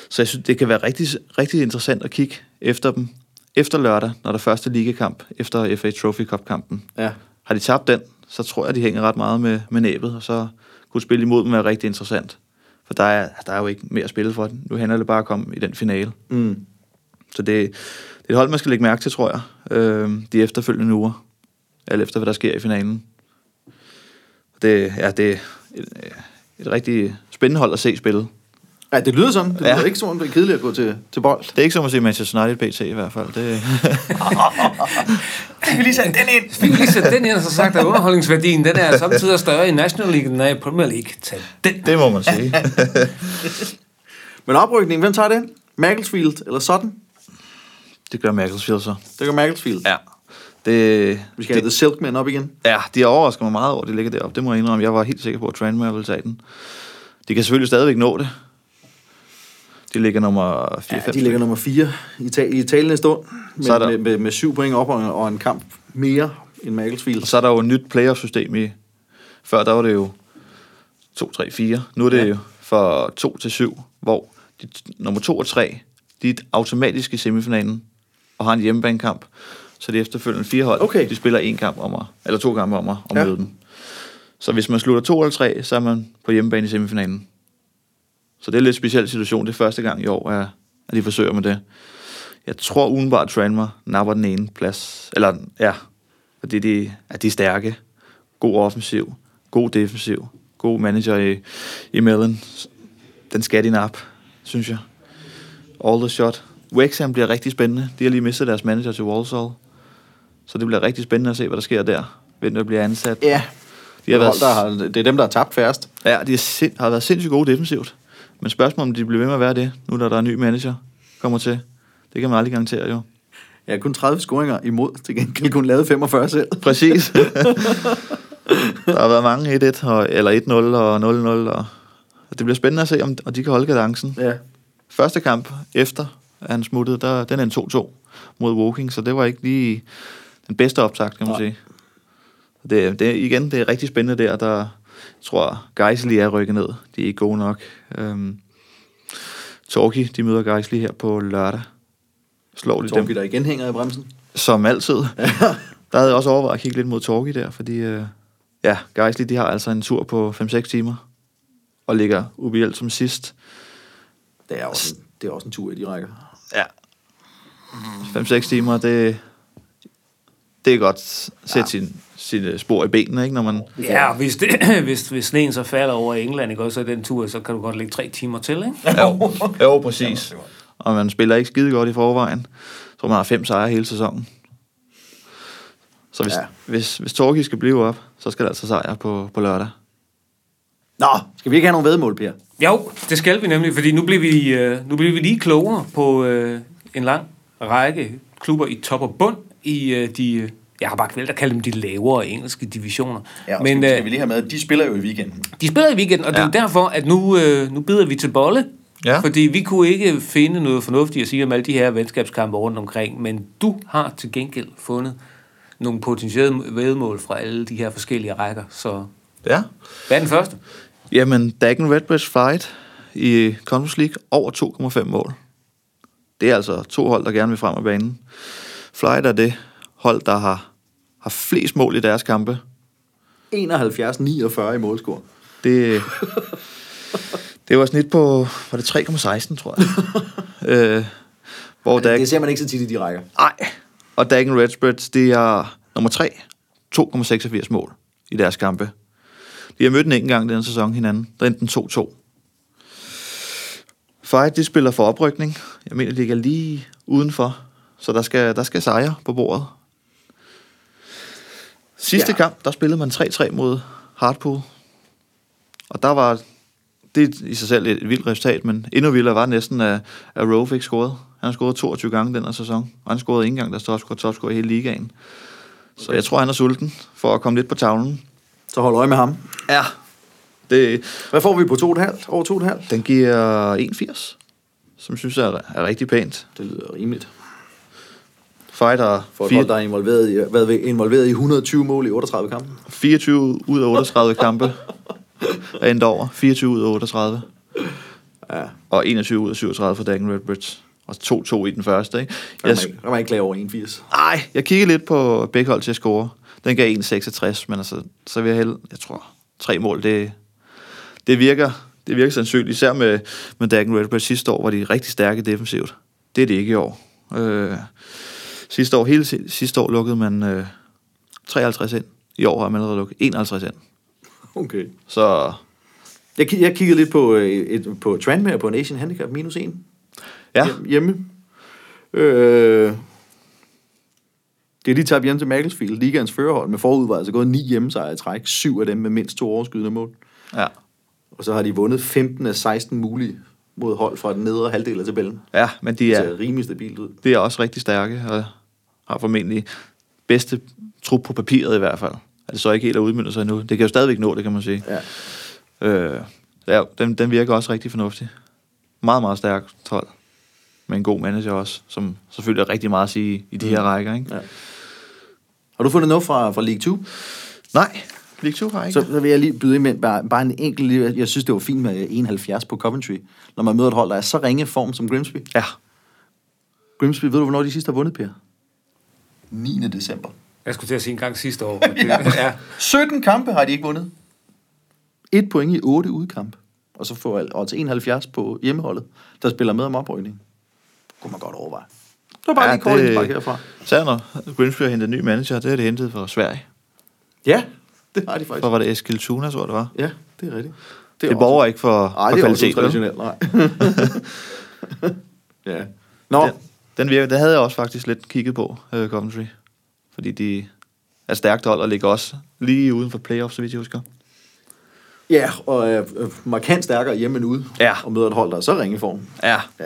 [SPEAKER 3] Så jeg synes, det kan være rigtig, rigtig interessant at kigge efter dem. Efter lørdag, når der er første ligekamp, efter FA Trophy Cup-kampen.
[SPEAKER 5] Ja.
[SPEAKER 3] Har de tabt den, så tror jeg, de hænger ret meget med, med næbet, og så kunne spille imod dem være rigtig interessant. For der er, der er jo ikke mere at spille for. Nu handler det bare om at komme i den finale.
[SPEAKER 5] Mm.
[SPEAKER 3] Så det, det er et hold, man skal lægge mærke til, tror jeg, øh, de efterfølgende uger. Alt efter, hvad der sker i finalen. Det, ja, det er et, øh, et rigtig spændende hold at se spille.
[SPEAKER 5] Ja, det lyder sådan. Det lyder
[SPEAKER 3] Ja.
[SPEAKER 5] ja. ikke som om, det er kedeligt at gå til, til bold.
[SPEAKER 3] Det er ikke som at se Manchester United PT i hvert fald. Det,
[SPEAKER 4] Skal vi lige sætte den ind?
[SPEAKER 2] Fik lige sætte den ind, og så sagt, at underholdningsværdien, den er samtidig større i National League, end den er i Premier League. Tag den.
[SPEAKER 3] det må man sige.
[SPEAKER 5] (laughs) Men oprykningen, hvem tager den? Macclesfield eller sådan?
[SPEAKER 3] Det gør Macclesfield så.
[SPEAKER 5] Det gør Macclesfield.
[SPEAKER 3] Ja. Det,
[SPEAKER 5] Vi skal have The Silkmen op igen.
[SPEAKER 3] Ja, de overrasker mig meget over, at de ligger deroppe. Det må jeg indrømme. Jeg var helt sikker på, at Tranmere ville tage den. De kan selvfølgelig stadigvæk nå det. De ligger nummer 4
[SPEAKER 5] Ja, de ligger nummer 4 i, ta- i talende stund. Men
[SPEAKER 3] Så er der-
[SPEAKER 5] med, med, med syv point op og, og en kamp mere end Macclesfield.
[SPEAKER 3] Og så er der jo et nyt playoff-system i... Før der var det jo 2, 3, 4. Nu er det ja. jo for 2 til 7, hvor de, nummer 2 og 3, de er automatisk i semifinalen og har en hjemmebanekamp. Så det er efterfølgende fire hold.
[SPEAKER 5] Okay.
[SPEAKER 3] De spiller en kamp om at, eller to kampe om at, at
[SPEAKER 5] Ja.
[SPEAKER 3] ja. møde dem. Så hvis man slutter 2 eller 3, så er man på hjemmebane i semifinalen. Så det er en lidt speciel situation. Det er første gang i år, at, at de forsøger med det. Jeg tror udenbart, at Tranmere napper den ene plads. Eller, ja, fordi de, at de er stærke. God offensiv. God defensiv. God manager i, i Mellon. Den skal de nap, synes jeg. All the shot. Wexham bliver rigtig spændende. De har lige mistet deres manager til Walsall. Så det bliver rigtig spændende at se, hvad der sker der. Hvem der bliver ansat.
[SPEAKER 5] Ja,
[SPEAKER 3] de har været,
[SPEAKER 5] hold, der har, det er dem, der har tabt færrest.
[SPEAKER 3] Ja, de er sind, har været sindssygt gode defensivt. Men spørgsmålet om de bliver ved med at være det, nu når der er en ny manager kommer til. Det kan man aldrig garantere jo.
[SPEAKER 5] Ja, kun 30 scoringer imod. Til gengæld kun lavet 45 selv.
[SPEAKER 3] Præcis. (laughs) der har været mange 1-1, og, eller 1-0 og 0-0. Og, og det bliver spændende at se, om og de kan holde kadencen.
[SPEAKER 5] Ja.
[SPEAKER 3] Første kamp efter, at han smuttede, der, den er en 2-2 mod Woking, så det var ikke lige den bedste optakt, kan man sige. Det, det, igen, det er rigtig spændende der, der jeg tror Geisli er rykket ned. De er ikke gode nok. Øhm, Torki, de møder Geisli her på lørdag. Slår de dem
[SPEAKER 5] Torgi, der igen hænger i bremsen.
[SPEAKER 3] som altid. (laughs) der havde jeg også overvejet at kigge lidt mod Torgi der, fordi øh, ja, Geisli, de har altså en tur på 5-6 timer, og ligger ubehjælp som sidst.
[SPEAKER 5] Det er også en, det er også en tur i de rækker.
[SPEAKER 3] Ja. 5-6 timer, det, det er godt sætte ja. sin, sine spor i benene, ikke, når man...
[SPEAKER 2] Ja, og hvis, det, (clears throat) hvis, hvis sneen så falder over England, ikke, også, så den tur, så kan du godt lægge tre timer til, ikke?
[SPEAKER 3] Jo, jo præcis. Og man spiller ikke skide godt i forvejen. Så man har fem sejre hele sæsonen. Så hvis,
[SPEAKER 5] Ja.
[SPEAKER 3] ja. hvis, hvis Torki skal blive op, så skal der altså sejre på, på lørdag.
[SPEAKER 5] Nå, skal vi ikke have nogen vedmål, Per?
[SPEAKER 2] Jo, det skal vi nemlig, fordi nu bliver vi, øh, nu bliver vi lige klogere på øh, en lang række klubber i top og bund i øh, de... øh, Jeg har bare valgt at kalde dem de lavere engelske divisioner.
[SPEAKER 4] Ja, men, skal,
[SPEAKER 2] øh,
[SPEAKER 4] skal vi lige have med, at de spiller jo i weekenden.
[SPEAKER 2] De spiller i weekenden, og ja. det er
[SPEAKER 3] Ja.
[SPEAKER 2] derfor, at nu, øh, nu bider vi til bolle.
[SPEAKER 3] Ja.
[SPEAKER 2] Fordi vi kunne ikke finde noget fornuftigt at sige om alle de her venskabskampe rundt omkring, men du har til gengæld fundet nogle potentielle vedmål fra alle de her forskellige rækker. Så
[SPEAKER 3] Ja.
[SPEAKER 2] hvad er den første?
[SPEAKER 3] Jamen, Dagen Redbridge Fight i Conference League over 2,5 mål. Det er altså to hold, der gerne vil frem af banen. Flight er det hold, der har, har flest mål i deres kampe.
[SPEAKER 5] 71-49 i målscore.
[SPEAKER 3] Det,
[SPEAKER 5] (laughs)
[SPEAKER 3] det var snit på, var det 3,16, tror
[SPEAKER 5] (laughs)
[SPEAKER 3] jeg. øh, hvor
[SPEAKER 5] Det, det
[SPEAKER 3] Dag,
[SPEAKER 5] ser man ikke så tit i de rækker.
[SPEAKER 3] nej, og Dagen Redbridge, det er nummer 3, 2,86 mål i deres kampe. De har mødt den ikke engang den sæson hinanden. Der endte den 2-2. Fight, de spiller for oprykning. Jeg mener, de ligger lige udenfor. Så der skal, der skal sejre på bordet. Sidste
[SPEAKER 5] Ja.
[SPEAKER 3] ja. kamp, der spillede man 3-3 mod Hartpool. Og der var... Det er i sig selv et vildt resultat, men endnu vildere var næsten, at, at Rove fik scoret. Han har scoret 22 gange den her sæson, og han scorede ikke engang deres topscorer, topscorer i hele ligaen. Så jeg tror, han er sulten for at komme lidt på tavlen.
[SPEAKER 5] Så hold øje med ham.
[SPEAKER 3] Ja. Det,
[SPEAKER 5] Hvad får vi på 2,5? Over 2,5?
[SPEAKER 3] den giver 81, som synes jeg er, er rigtig pænt.
[SPEAKER 5] Det lyder rimeligt.
[SPEAKER 3] Fighter
[SPEAKER 5] For et
[SPEAKER 3] fire-
[SPEAKER 5] hold, der er involveret i, været ved- involveret i 120 mål i 38 kampe.
[SPEAKER 3] 24 ud af 38
[SPEAKER 5] (laughs)
[SPEAKER 3] kampe er endt over. 24 ud af 38.
[SPEAKER 5] Ja.
[SPEAKER 3] Og 21 ud af 37 for Dagen Redbridge. Og 2-2 i den første, ikke?
[SPEAKER 5] Der
[SPEAKER 3] Jeg,
[SPEAKER 5] kan man ikke- der kan man ikke klage over 81.
[SPEAKER 3] ej, jeg kiggede lidt på begge hold til at score. Den gav 1,66, men altså, så vil jeg hælde, jeg tror, tre mål, det, det virker, det virker sandsynligt, især med, med Dagen Redbird sidste år, var de rigtig stærke defensivt. Det er det ikke i år. Øh, sidste år, hele si- sidste år lukkede man øh, 53 ind. I år har man allerede lukket 51 ind.
[SPEAKER 5] Okay.
[SPEAKER 3] Så
[SPEAKER 5] Jeg, ki- jeg kiggede lidt på, øh, et, på Tranmere på en Asian Handicap minus 1
[SPEAKER 3] Ja,
[SPEAKER 5] hjemme. Øh, det er lige tabt hjemme til Macclesfield, ligaens førerhold, med forud var altså gået ni hjemmesejre i træk, syv af dem med mindst to overskydende mål.
[SPEAKER 3] ja,
[SPEAKER 5] Og så har de vundet 15 af 16 mulige mod hold fra den nedre halvdel af tabellen.
[SPEAKER 3] ja men de
[SPEAKER 5] Det
[SPEAKER 3] er,
[SPEAKER 5] ser rimelig stabilt ud.
[SPEAKER 3] det er også rigtig stærke, og har formentlig bedste trup på papiret i hvert fald. Er det så ikke helt at udmynde sig endnu? Det kan jo stadigvæk nå det, kan man sige.
[SPEAKER 5] Ja.
[SPEAKER 3] Øh, ja, den, den virker også rigtig fornuftig. Meget, meget stærk hold. Med en god manager også, som selvfølgelig har rigtig meget at sige i de her rækker, ikke?
[SPEAKER 5] Ja. Har du fundet noget fra, fra League 2?
[SPEAKER 3] Nej, League 2 har ikke.
[SPEAKER 5] Så, så vil jeg lige byde ind med bare, bare en enkelt... lille- Jeg synes, det var fint med 71 på Coventry, når man møder et hold, der er så ringe form som Grimsby.
[SPEAKER 3] Ja,
[SPEAKER 5] Grimsby, ved du, hvornår de sidst har vundet, Per?
[SPEAKER 4] 9. december.
[SPEAKER 2] Jeg skulle til at sige en gang sidste (laughs) år. Det, ja.
[SPEAKER 4] 17 kampe har de ikke vundet.
[SPEAKER 5] Et point i otte udkamp. Og så får alt odds 71 på hjemmeholdet, der spiller med om oprykning. Kunne man godt overveje. Det var bare
[SPEAKER 3] Ja,
[SPEAKER 5] ja, lige kort
[SPEAKER 3] det-
[SPEAKER 5] det... herfra.
[SPEAKER 3] Sander, Grimsby har hentet en ny manager, det har de hentet fra Sverige.
[SPEAKER 5] Ja, det har de faktisk.
[SPEAKER 3] Hvor var det Eskilstuna, tror jeg, det var.
[SPEAKER 5] Ja, det er rigtigt.
[SPEAKER 3] Det, det
[SPEAKER 5] også-
[SPEAKER 3] borger ikke for,
[SPEAKER 5] Ej,
[SPEAKER 3] for
[SPEAKER 5] det er også
[SPEAKER 3] kvalitet. vel?
[SPEAKER 5] traditionelt, nej. (laughs) ja. Nå,
[SPEAKER 3] Den, den, virker, den havde jeg også faktisk lidt kigget på, øh, Coventry. Fordi de er stærkt hold og ligger også lige uden for playoff, så vidt jeg husker.
[SPEAKER 5] ja, og øh, øh, markant stærkere hjemme end ude.
[SPEAKER 3] Ja.
[SPEAKER 5] Og møder et hold, der er så ringe i form.
[SPEAKER 3] Ja,
[SPEAKER 5] Ja.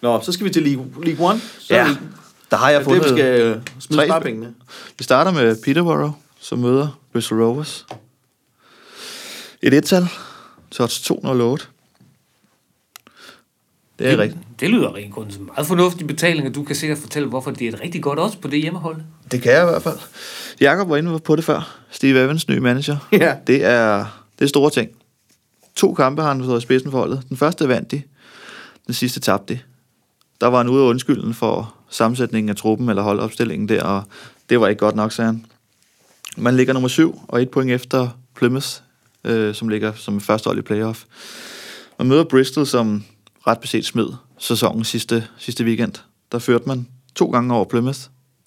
[SPEAKER 5] Nå, så skal vi til League, League One. Så
[SPEAKER 3] ja.
[SPEAKER 5] er det-
[SPEAKER 3] Der har
[SPEAKER 5] Det
[SPEAKER 3] jeg
[SPEAKER 5] er det,
[SPEAKER 3] fundet...
[SPEAKER 5] vi skal øh, smide
[SPEAKER 3] tre-
[SPEAKER 5] (laughs) sparepengene.
[SPEAKER 3] Vi starter med Peterborough, som møder Bristol Rovers. Et ettal, touch 208. Det er rigtigt.
[SPEAKER 2] Det lyder rent kun som meget fornuftig betaling, og du kan sikkert fortælle, hvorfor det er et rigtig godt odds på det hjemmehold.
[SPEAKER 3] Det kan jeg i hvert fald. Jakob var inde på det før. Steve Evans, ny manager.
[SPEAKER 5] Ja.
[SPEAKER 3] Det er, det er store ting. To kampe har han stået i spidsen for holdet. Den første vandt de. Den sidste tabte de. Der var en ude af undskylden for sammensætningen af truppen eller holdopstillingen der, og det var ikke godt nok, sagde han. Man ligger nummer syv og et point efter Plymouth, øh, som ligger som første hold i playoff. Man møder Bristol, som ret beset smed sæsonen sidste, sidste weekend. Der førte man to gange over Plymouth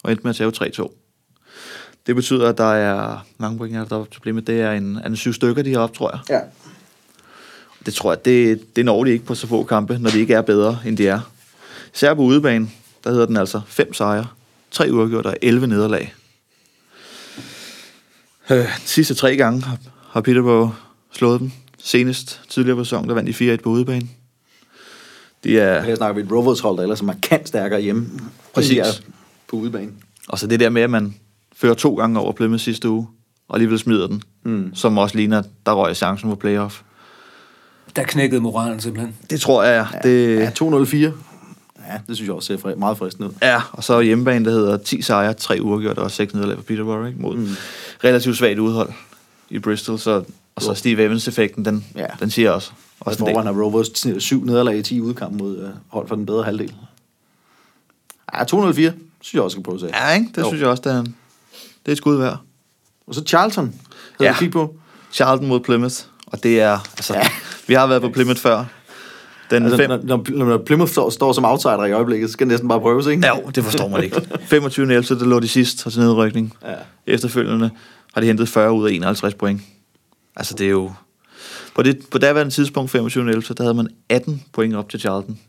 [SPEAKER 3] og endte med at tage 3-2. Det betyder, at der er mange point, der er til problemet. Det er en, er en syv stykker, de har op, tror jeg.
[SPEAKER 5] Ja.
[SPEAKER 3] Det tror jeg, det, det når de ikke på så få kampe, når de ikke er bedre, end de er. Især på udebane, der hedder den altså fem sejre, tre uafgjort og 11 nederlag. Øh, de sidste tre gange har, har Peterborough slået dem. Senest tidligere på sæsonen, der vandt de 4-1 på udebane. De er,
[SPEAKER 5] Her snakker vi et Rovers hold, der ellers er markant stærkere hjemme.
[SPEAKER 3] Præcis.
[SPEAKER 5] end de er På udebane.
[SPEAKER 3] og så det der med, at man fører to gange over Plymouth sidste uge, og alligevel smider den, mm. som også ligner, der røg chancen på playoff.
[SPEAKER 2] Der knækkede moralen simpelthen.
[SPEAKER 3] Det tror jeg, ja. det,
[SPEAKER 5] Ja, 204. Ja, det synes jeg også ser fri- meget fristende ud.
[SPEAKER 3] Ja, og så hjemmebane, der hedder 10 sejre, 3 uafgjort og 6 nederlag for Peterborough, ikke? Mod mm. relativt svagt udhold i Bristol, så, og så Steve Evans-effekten, den,
[SPEAKER 5] Ja.
[SPEAKER 3] ja. den siger også.
[SPEAKER 5] Og
[SPEAKER 3] også en
[SPEAKER 5] forvejen
[SPEAKER 3] del.
[SPEAKER 5] har Rovers t- syv nederlag i 10 udkamp mod øh, hold fra den bedre halvdel. Ja, 204. Synes jeg også, skal prøve at sige.
[SPEAKER 3] Ja, ikke? Det jo. synes jeg også, det er, en- det er et skud værd.
[SPEAKER 5] Og så Charlton. Havde
[SPEAKER 3] Ja.
[SPEAKER 5] ja. kigge på.
[SPEAKER 3] Charlton mod Plymouth, og det er, altså, ja. vi har været på Plymouth før. Den altså,
[SPEAKER 5] Altså,
[SPEAKER 3] fem,
[SPEAKER 5] når, når, når Plymouth står, står som outsider i øjeblikket, så skal det næsten bare prøves, ikke?
[SPEAKER 3] Ja, jo, det forstår man (laughs) ikke. 25. 11, der lå de sidst og til nedrykning.
[SPEAKER 5] Ja.
[SPEAKER 3] Ja. Efterfølgende har de hentet 40 ud af 51 point. Altså, det er jo... På, det, på daværende tidspunkt, 25. 11, der havde man 18 point op til Charlton.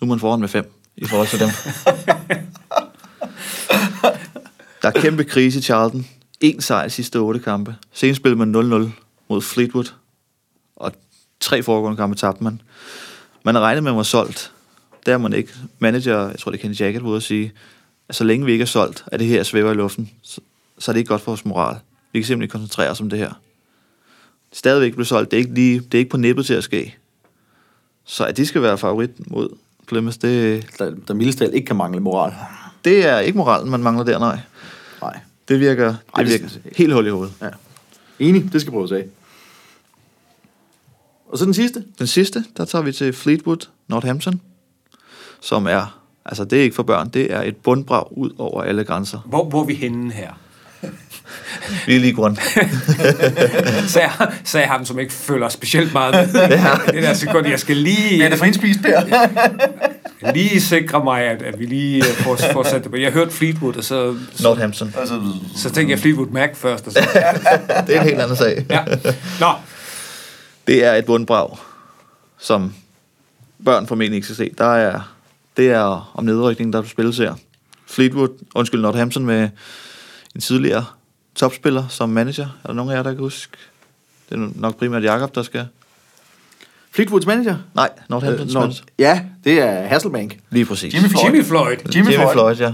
[SPEAKER 3] Nu er man foran med 5 i forhold (laughs) til dem. der er kæmpe krise i Charlton. En sejr i sidste otte kampe. Senest spillede man 0-0 mod Fleetwood. Og tre foregående kampe tabte man. Man havde regnet med, at man var solgt. Der er man ikke. Manager, jeg tror det er Kenny Jackett, var ude at sige, at så længe vi ikke er solgt, at det her svæver i luften, så, så er det ikke godt for vores moral. Vi kan simpelthen ikke koncentrere os om det her. Stadigvæk blev solgt. Det er ikke, lige, det er ikke på nippet til at ske. Så at de skal være favorit mod Plymouth, det,
[SPEAKER 5] Der, der mildest talt ikke kan mangle moral.
[SPEAKER 3] det er ikke moralen, man mangler der, nej.
[SPEAKER 5] Nej.
[SPEAKER 3] Det virker,
[SPEAKER 5] Ej,
[SPEAKER 3] det
[SPEAKER 5] det-
[SPEAKER 3] virker helt hul i hovedet.
[SPEAKER 5] Ja. Enig, det skal prøves af. Og så den sidste.
[SPEAKER 3] Den sidste, der tager vi til Fleetwood, Northampton, som er, altså det er ikke for børn, det er et bundbrag ud over alle grænser.
[SPEAKER 2] Hvor, hvor er vi henne her? (laughs)
[SPEAKER 3] Vi er lige grund.
[SPEAKER 2] Sagde, sagde ham, som ikke føler specielt meget
[SPEAKER 4] (laughs)
[SPEAKER 2] med. Det der sekund, jeg skal
[SPEAKER 4] Ja,
[SPEAKER 2] lige,
[SPEAKER 4] det er for en spis, Per.
[SPEAKER 2] (laughs) lige sikre mig, at, at vi lige øh, får, får sat det på. Jeg hørte Fleetwood, og så,
[SPEAKER 3] Northampton.
[SPEAKER 4] altså,
[SPEAKER 2] så tænkte jeg Fleetwood Mac først. Og så.
[SPEAKER 3] Det er en helt anden sag.
[SPEAKER 2] Ja. Nå,
[SPEAKER 3] Det er et bundbrag, som børn formentlig ikke skal se. Der er, det er om nedrykning, der spilles her. Fleetwood, undskyld, Northampton med en tidligere topspiller som manager. Er der nogen af jer, der kan huske? Det er nok primært Jakob der skal...
[SPEAKER 5] Fleetwoods manager?
[SPEAKER 3] Nej, Northamptons
[SPEAKER 5] Øh,
[SPEAKER 3] øh,
[SPEAKER 5] Nor-
[SPEAKER 3] manager.
[SPEAKER 5] ja, det er Hasselbank.
[SPEAKER 3] Lige præcis.
[SPEAKER 4] Jimmy Floyd.
[SPEAKER 2] Jimmy Floyd.
[SPEAKER 4] Jimmy, Floyd.
[SPEAKER 3] ja.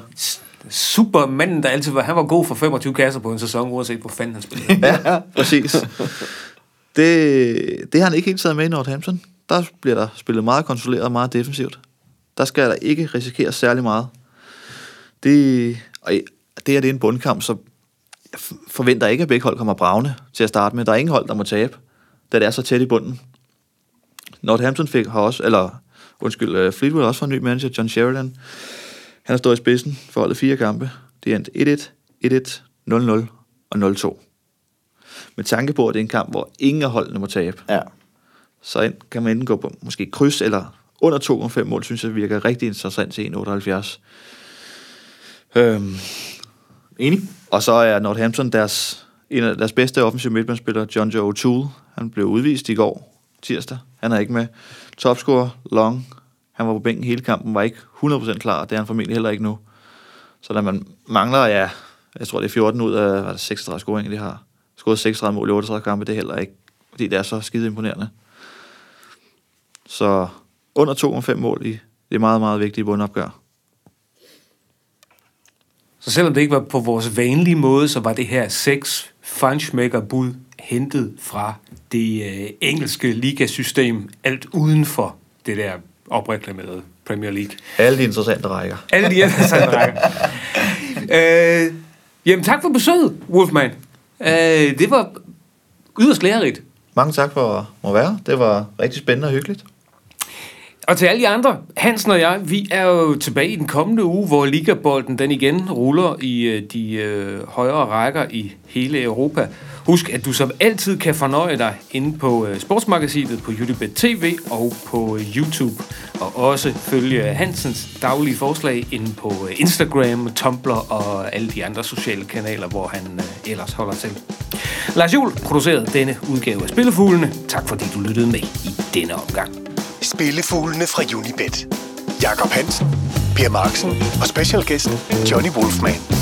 [SPEAKER 2] Supermanden, der altid var, han var god for 25 kasser på en sæson, uanset hvor fanden han spillede.
[SPEAKER 3] Ja, præcis. Det, det har han ikke helt taget med i Northampton. Der bliver der spillet meget kontrolleret og meget defensivt. Der skal der ikke risikere særlig meget. Det, og i- det her det er en bundkamp, så jeg f- forventer ikke, at begge hold kommer bravende til at starte med. Der er ingen hold, der må tabe, da det er så tæt i bunden. Northampton fik har også, eller undskyld, øh, Fleetwood har også fået en ny manager, John Sheridan. Han har stået i spidsen for holdet fire kampe. Det er endt 1-1, 1-1, 0-0 og 0-2. Med tanke på, at det er en kamp, hvor ingen af holdene må tabe,
[SPEAKER 5] Ja.
[SPEAKER 3] så ind- kan man enten gå på måske kryds eller under 2,5 mål, synes jeg virker rigtig interessant til 1,78. Øhm,
[SPEAKER 5] Enig?
[SPEAKER 3] og så er Northampton deres, en af deres bedste offensive midtbanespiller, John Joe O'Toole. Han blev udvist i går, tirsdag. Han er ikke med. Topscorer, Long. Han var på bænken hele kampen, var ikke 100% klar, og det er han formentlig heller ikke nu. Så når man mangler, ja, jeg tror det er 14 ud af hvad er det, 36 scoringer, de har. Skåret 36 mål i 38 kampe, det er heller ikke, fordi det er så skide imponerende. Så under 2,5 mål i det meget, meget vigtige bundopgør.
[SPEAKER 2] Så selvom det ikke var på vores vanlige måde, så var det her seks fangemaker-bud hentet fra det øh, engelske ligasystem, alt uden for det der opreklamerede Premier League.
[SPEAKER 3] Alle de interessante rækker.
[SPEAKER 2] Alle de ellers havde rækker. øh, jamen tak for besøget, Wolfman. Øh, det var yderst lærerigt.
[SPEAKER 3] Mange tak for at må være. Det var rigtig spændende og hyggeligt.
[SPEAKER 2] Og til alle de andre, Hansen og jeg, vi er jo tilbage i den kommende uge, hvor ligabolden den igen ruller i øh, de øh, højere rækker i hele Europa. Husk, at du som altid kan fornøje dig inde på øh, Sportsmagasinet på YouTube TV og på øh, YouTube. Og også følge Hansens daglige forslag inde på øh, Instagram, Tumblr og alle de andre sociale kanaler, hvor han øh, ellers holder til. Lars Juhl producerede denne udgave af Spillefuglene. Tak fordi du lyttede med i denne omgang.
[SPEAKER 1] Spillefuglene fra Unibet. Jakob Hansen, Per Marksen og specialgæsten Johnny Wolfman.